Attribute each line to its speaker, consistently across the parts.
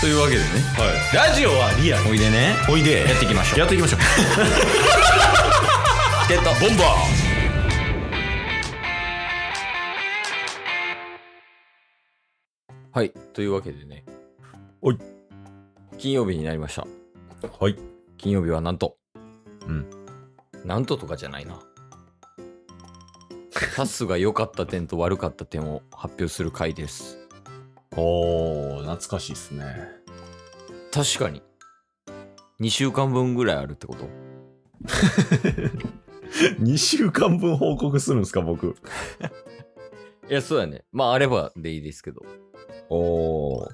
Speaker 1: というわけでね
Speaker 2: ラジオはリアル
Speaker 1: おいでね
Speaker 2: おいで
Speaker 1: やっていきましょう
Speaker 2: やってい きましょう
Speaker 1: チケットボンバーはいというわけでね
Speaker 2: おい
Speaker 1: 金曜日になりました
Speaker 2: はい
Speaker 1: 金曜日はなんと
Speaker 2: うん
Speaker 1: なんととかじゃないなタスが良かった点と悪かった点を発表する回です
Speaker 2: おー懐かしいっすね
Speaker 1: 確かに2週間分ぐらいあるってこと
Speaker 2: 2週間分報告するんですか僕
Speaker 1: いやそうやねまああればでいいですけど
Speaker 2: おー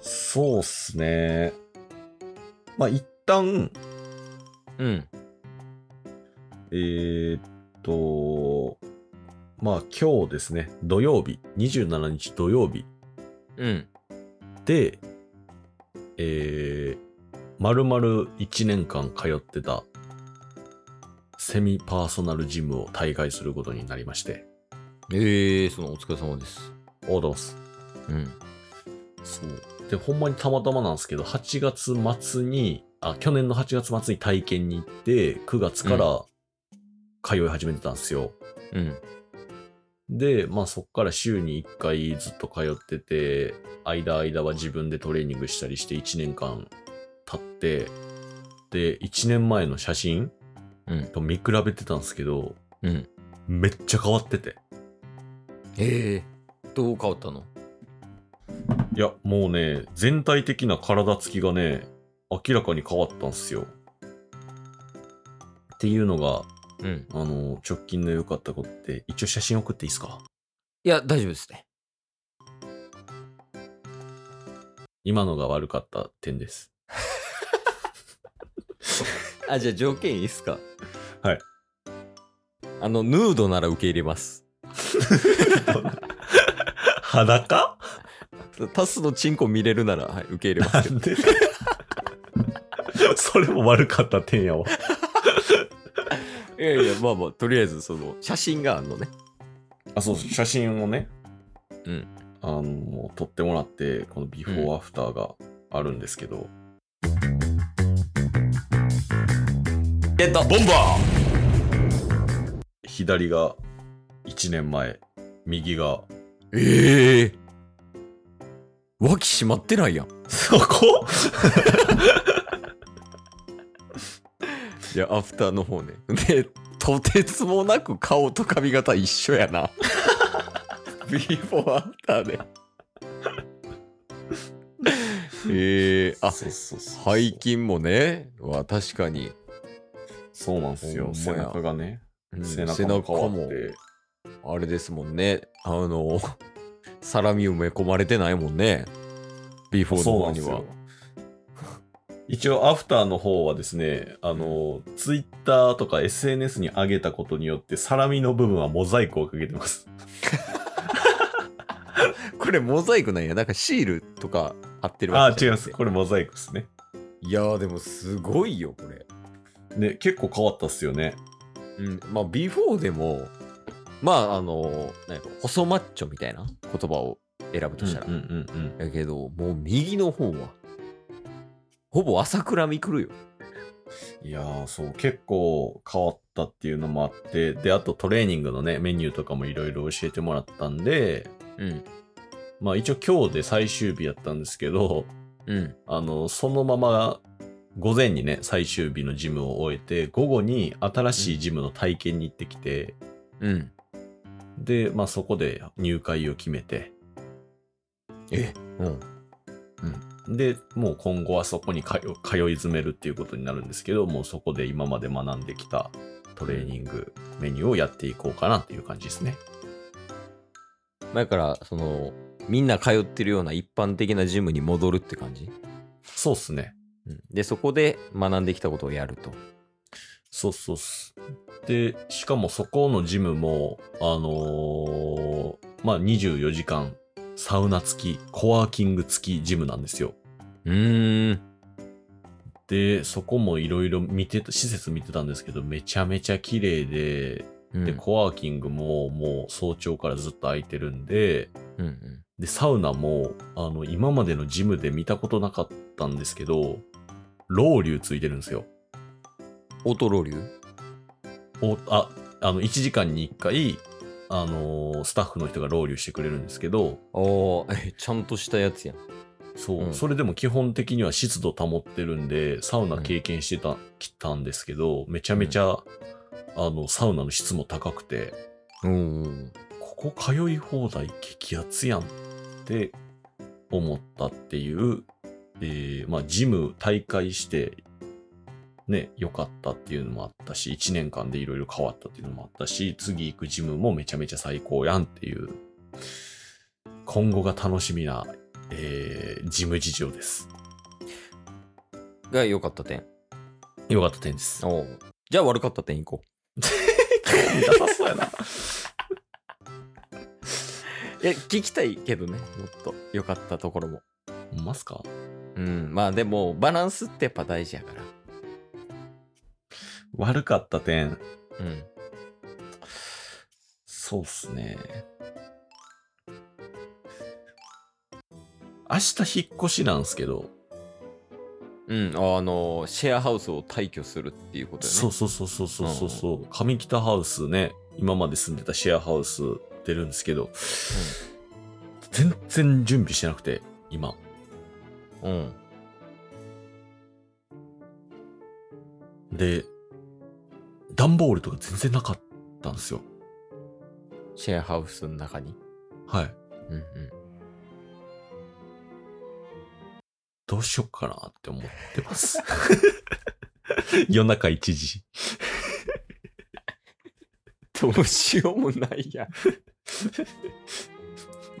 Speaker 2: そうっすねまあ一旦
Speaker 1: うん
Speaker 2: えー、っとまあ今日ですね土曜日27日土曜日
Speaker 1: うん
Speaker 2: でえー、丸々1年間通ってたセミパーソナルジムを退会することになりまして
Speaker 1: ええー、そのお疲れ様です
Speaker 2: おどうす
Speaker 1: うん
Speaker 2: そう。で、ほんまにたまたまなんですけど、8月末に、あ、去年の8月末に体験に行って、9月から通い始めてたんですよ。
Speaker 1: うん
Speaker 2: で、まあそっから週に1回ずっと通ってて、間間は自分でトレーニングしたりして1年間経って、で、1年前の写真
Speaker 1: うん
Speaker 2: と見比べてたんですけど、
Speaker 1: うん
Speaker 2: めっちゃ変わってて。
Speaker 1: ええどう変わったの
Speaker 2: いや、もうね、全体的な体つきがね、明らかに変わったんすよ。っていうのが、
Speaker 1: うん
Speaker 2: あの、直近の良かったことって、一応写真送っていいですか
Speaker 1: いや大丈夫ですね
Speaker 2: 今のが悪かった 点です。
Speaker 1: あじゃあ条件いいっすか
Speaker 2: はい
Speaker 1: あのヌードなら受け入れます
Speaker 2: 裸
Speaker 1: タスのチンコ見れるなら、はい、受け入れますけど
Speaker 2: でそれも悪かった点やわ。
Speaker 1: いやいやまあまあとりあえずその写真があんのね
Speaker 2: あ、そうそう、写真をね、
Speaker 1: うん。
Speaker 2: あの、撮ってもらって、このビフォーアフターがあるんですけど、
Speaker 1: ゲットボンバー
Speaker 2: 左が1年前、右が
Speaker 1: ええ脇閉まってないやん
Speaker 2: そこ
Speaker 1: いやアフターの方ねでとてつもなく顔と髪型一緒や なビフォーアフターでええあ
Speaker 2: そうそうそう
Speaker 1: 背筋もねは確かに、
Speaker 2: そうなんですよ。
Speaker 1: ほ
Speaker 2: 背
Speaker 1: んまや
Speaker 2: 中がね、
Speaker 1: うん
Speaker 2: 背中も変わって。
Speaker 1: 背中もあれですもんねあのサラミ埋め込まれてないもんねビフォーの
Speaker 2: そうな
Speaker 1: 方
Speaker 2: んで
Speaker 1: に
Speaker 2: す
Speaker 1: は
Speaker 2: よ。一応、アフターの方はですね、あの、ツイッターとか SNS に上げたことによって、サラミの部分はモザイクをかけてます。
Speaker 1: これモザイクなんやなんかシールとか貼ってる
Speaker 2: あ
Speaker 1: わ
Speaker 2: あ、
Speaker 1: け
Speaker 2: 違
Speaker 1: じ
Speaker 2: い
Speaker 1: ゃ
Speaker 2: ま
Speaker 1: なく
Speaker 2: す。
Speaker 1: て
Speaker 2: これモザイクですね。
Speaker 1: いやーでもすごいよこれ
Speaker 2: で、結構変わったっすよね。
Speaker 1: うん、まあ、B4 でも、まあ、あの、なんやろ細マッチョみたいな言葉を選ぶとしたら。
Speaker 2: うんうんうん
Speaker 1: やけど、もう右の方は、ほぼ朝倉未来よ。
Speaker 2: うん。いやー、そう、結構変わったっていうのもあって、で、あとトレーニングのね、メニューとかもいろいろ教えてもらったんで、
Speaker 1: うん、
Speaker 2: まあ一応今日で最終日やったんですけど、
Speaker 1: うん、
Speaker 2: あの、そのまま午前にね、最終日のジムを終えて、午後に新しいジムの体験に行ってきて、
Speaker 1: うん。
Speaker 2: で、まあそこで入会を決めて、
Speaker 1: えうん。
Speaker 2: で、もう今後はそこに通通い詰めるっていうことになるんですけど、もうそこで今まで学んできたトレーニング、メニューをやっていこうかなっていう感じですね。
Speaker 1: だから、その、みんな通ってるような一般的なジムに戻るって感じ。
Speaker 2: そうっすね。
Speaker 1: うん、で、そこで学んできたことをやると。
Speaker 2: そうそうっす。で、しかもそこのジムも、あのーまあ24時間、サウナ付き、コワーキング付きジムなんですよ。
Speaker 1: うーん。
Speaker 2: で、そこもいろいろ見てた、施設見てたんですけど、めちゃめちゃ綺麗で、
Speaker 1: うん
Speaker 2: で、コワーキングももう早朝からずっと空いてるんで、
Speaker 1: うんうん
Speaker 2: で、サウナも、あの、今までのジムで見たことなかったんですけど、ロウリュついてるんですよ。
Speaker 1: オートロウリュ
Speaker 2: おあ、あの、1時間に1回、あのースタッフの人がロウリュしてくれるんですけど、
Speaker 1: ああ、えちゃんとしたやつやん。
Speaker 2: そう、
Speaker 1: うん
Speaker 2: それでも基本的には湿度保ってるんで、サウナ経験してた、きたんですけど、めちゃめちゃ、あの、サウナの質も高くて、
Speaker 1: うん。
Speaker 2: ここ通い放題激アツやんって思ったっていう、えーまあ、ジム大会して、ね、良かったっていうのもあったし、1年間でいろいろ変わったっていうのもあったし、次行くジムもめちゃめちゃ最高やんっていう、今後が楽しみな、えージム事情です。
Speaker 1: が良かった点。
Speaker 2: 良かった点です。
Speaker 1: おうじゃあ悪かった点いこ
Speaker 2: なさそうやな。
Speaker 1: う。いや、聞きたいけどね、もっと良かったところも。
Speaker 2: ほんますか
Speaker 1: うん、まあでも、バランスってやっぱ大事やから。
Speaker 2: 悪かった点。
Speaker 1: うん。
Speaker 2: そうっすね。明日引っ越しなんすけど、
Speaker 1: うん、あの、シェアハウスを退去するっていうことよね。
Speaker 2: そうそうそうそうそうそうそう、上北ハウスね、今まで住んでたシェアハウス出るんですけど、全然準備してなくて、今。
Speaker 1: うん。
Speaker 2: で、段ボールとか全然なかったんですよ。
Speaker 1: シェアハウスの中に。
Speaker 2: はい。
Speaker 1: うんうん。
Speaker 2: どうしよっかなって思ってます。 夜中1時。
Speaker 1: どうしようもないやん。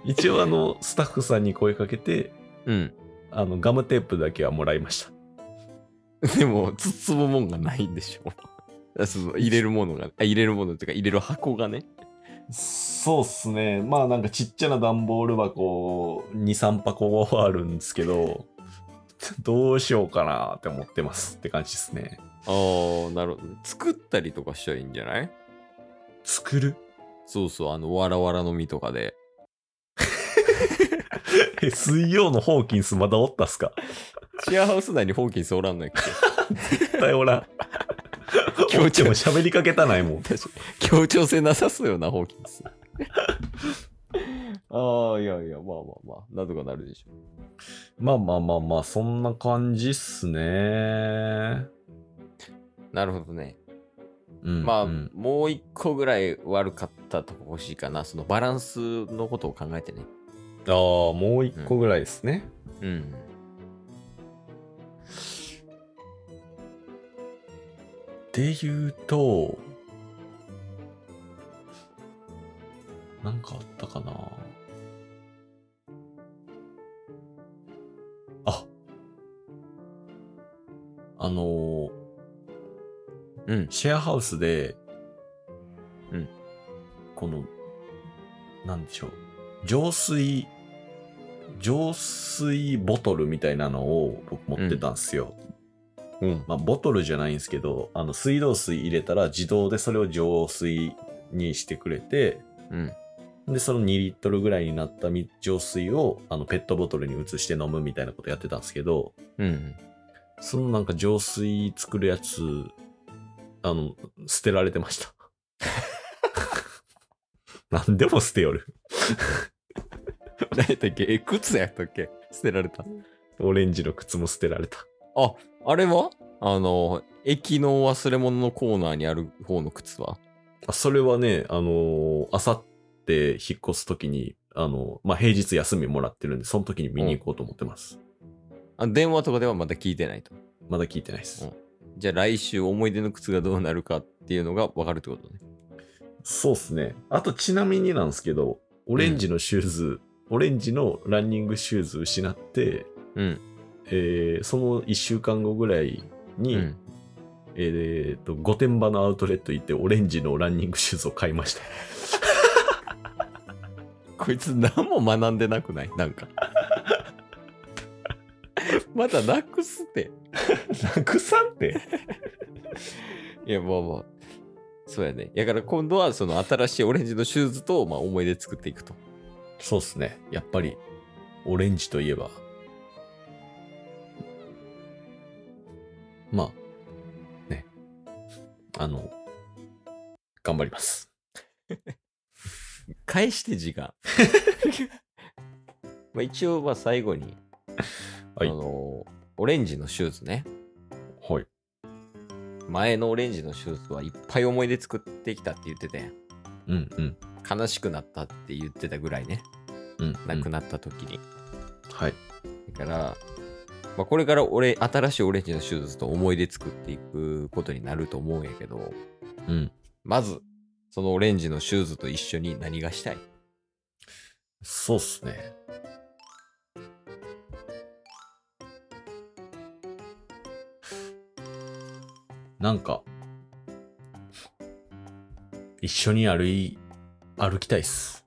Speaker 2: 一応あの、スタッフさんに声かけて、
Speaker 1: うん。
Speaker 2: あの、ガムテープだけはもらいました。
Speaker 1: でも、包むもんがないんでしょ。 あその入れるものが、あ入れるものっていうか、入れる箱がね。
Speaker 2: そうっすね。まあなんかちっちゃな段ボール箱2、3箱はあるんですけど、 どうしようかなって思ってますって感じですね。
Speaker 1: ああ、なるほどね。作ったりとかしたらいいんじゃない
Speaker 2: 作る
Speaker 1: そうそう、あの、わらわらの実とかで。
Speaker 2: え、水曜のホーキンスまだおったっすか
Speaker 1: シェアハウス内にホーキンスおらんのやっけ
Speaker 2: 絶対おら ん。今日ちも喋りかけたないもん。
Speaker 1: 確かに協調性なさそうよな、ホーキンス。ああ、いやいや、まあまあまあ、なんとかなるでしょ。
Speaker 2: まあまあまあまあ、そんな感じっすね。
Speaker 1: なるほどね。
Speaker 2: うん、
Speaker 1: まあ、
Speaker 2: うん
Speaker 1: もう一個ぐらい悪かったとこ欲しいかな。そのバランスのことを考えてね。
Speaker 2: ああ、もう一個ぐらいですね。
Speaker 1: うん。
Speaker 2: で言うと、なんかあったかなあ、あのー
Speaker 1: うん。
Speaker 2: シェアハウスで、
Speaker 1: うん。
Speaker 2: この、なんでしょう。浄水、浄水ボトルみたいなのを僕持ってたんすよ。
Speaker 1: うん。
Speaker 2: まあ、ボトルじゃないんですけど、あの水道水入れたら自動でそれを浄水にしてくれて、
Speaker 1: うん。
Speaker 2: で、その2リットルぐらいになったみ浄水をあのペットボトルに移して飲むみたいなことやってたんですけど、
Speaker 1: うん。
Speaker 2: そのなんか浄水作るやつ、あの、捨てられて ました。なんでも捨てよる。
Speaker 1: 何やったっけえ、靴やったっけ捨てられた。
Speaker 2: オレンジの靴も捨てられた。
Speaker 1: あれはあの、駅の忘れ物のコーナーにある方の靴は
Speaker 2: あそれはね、あのー、あさって引っ越すときに、あのまあ、平日休みもらってるんで、その時に見に行こうと思ってます。
Speaker 1: あ電話とかではまだ聞いてないと。
Speaker 2: まだ聞いてないです。
Speaker 1: うんじゃあ来週思い出の靴がどうなるかっていうのが分かるってことね。
Speaker 2: そうっすね。あと、ちなみになんですけど、オレンジのシューズ、オレンジのランニングシューズ失って、
Speaker 1: うん。
Speaker 2: えーその1週間後ぐらいに、
Speaker 1: うん。
Speaker 2: えーと、御殿場のアウトレット行って、オレンジのランニングシューズを買いました。
Speaker 1: こいつ何も学んでなくないなんか。 まだなくすって。
Speaker 2: 楽さんって。
Speaker 1: いや、まあまあ。そうやね。やから今度はその新しいオレンジのシューズと、まあ、思い出作っていくと。
Speaker 2: そうっすね。やっぱり、オレンジといえば、まあ、ね。あの、頑張ります。
Speaker 1: 返して時間 まあ一応まあ最後に、
Speaker 2: はい
Speaker 1: あのオレンジのシューズね
Speaker 2: はい。
Speaker 1: 前のオレンジのシューズはいっぱい思い出作ってきたって言ってて
Speaker 2: うんうん。
Speaker 1: 悲しくなったって言ってたぐらいね
Speaker 2: うん、う
Speaker 1: 亡く
Speaker 2: ん。
Speaker 1: なった時に、
Speaker 2: はい。
Speaker 1: だから、まあ、これから俺新しいオレンジのシューズと思い出作っていくことになると思うんやけど
Speaker 2: うん。
Speaker 1: まずそのオレンジのシューズと一緒に何がしたい
Speaker 2: そうっすね。なんか、一緒に歩い、歩きたいっす。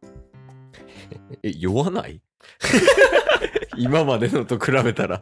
Speaker 1: え、酔わない 今までのと比べたら。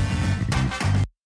Speaker 3: す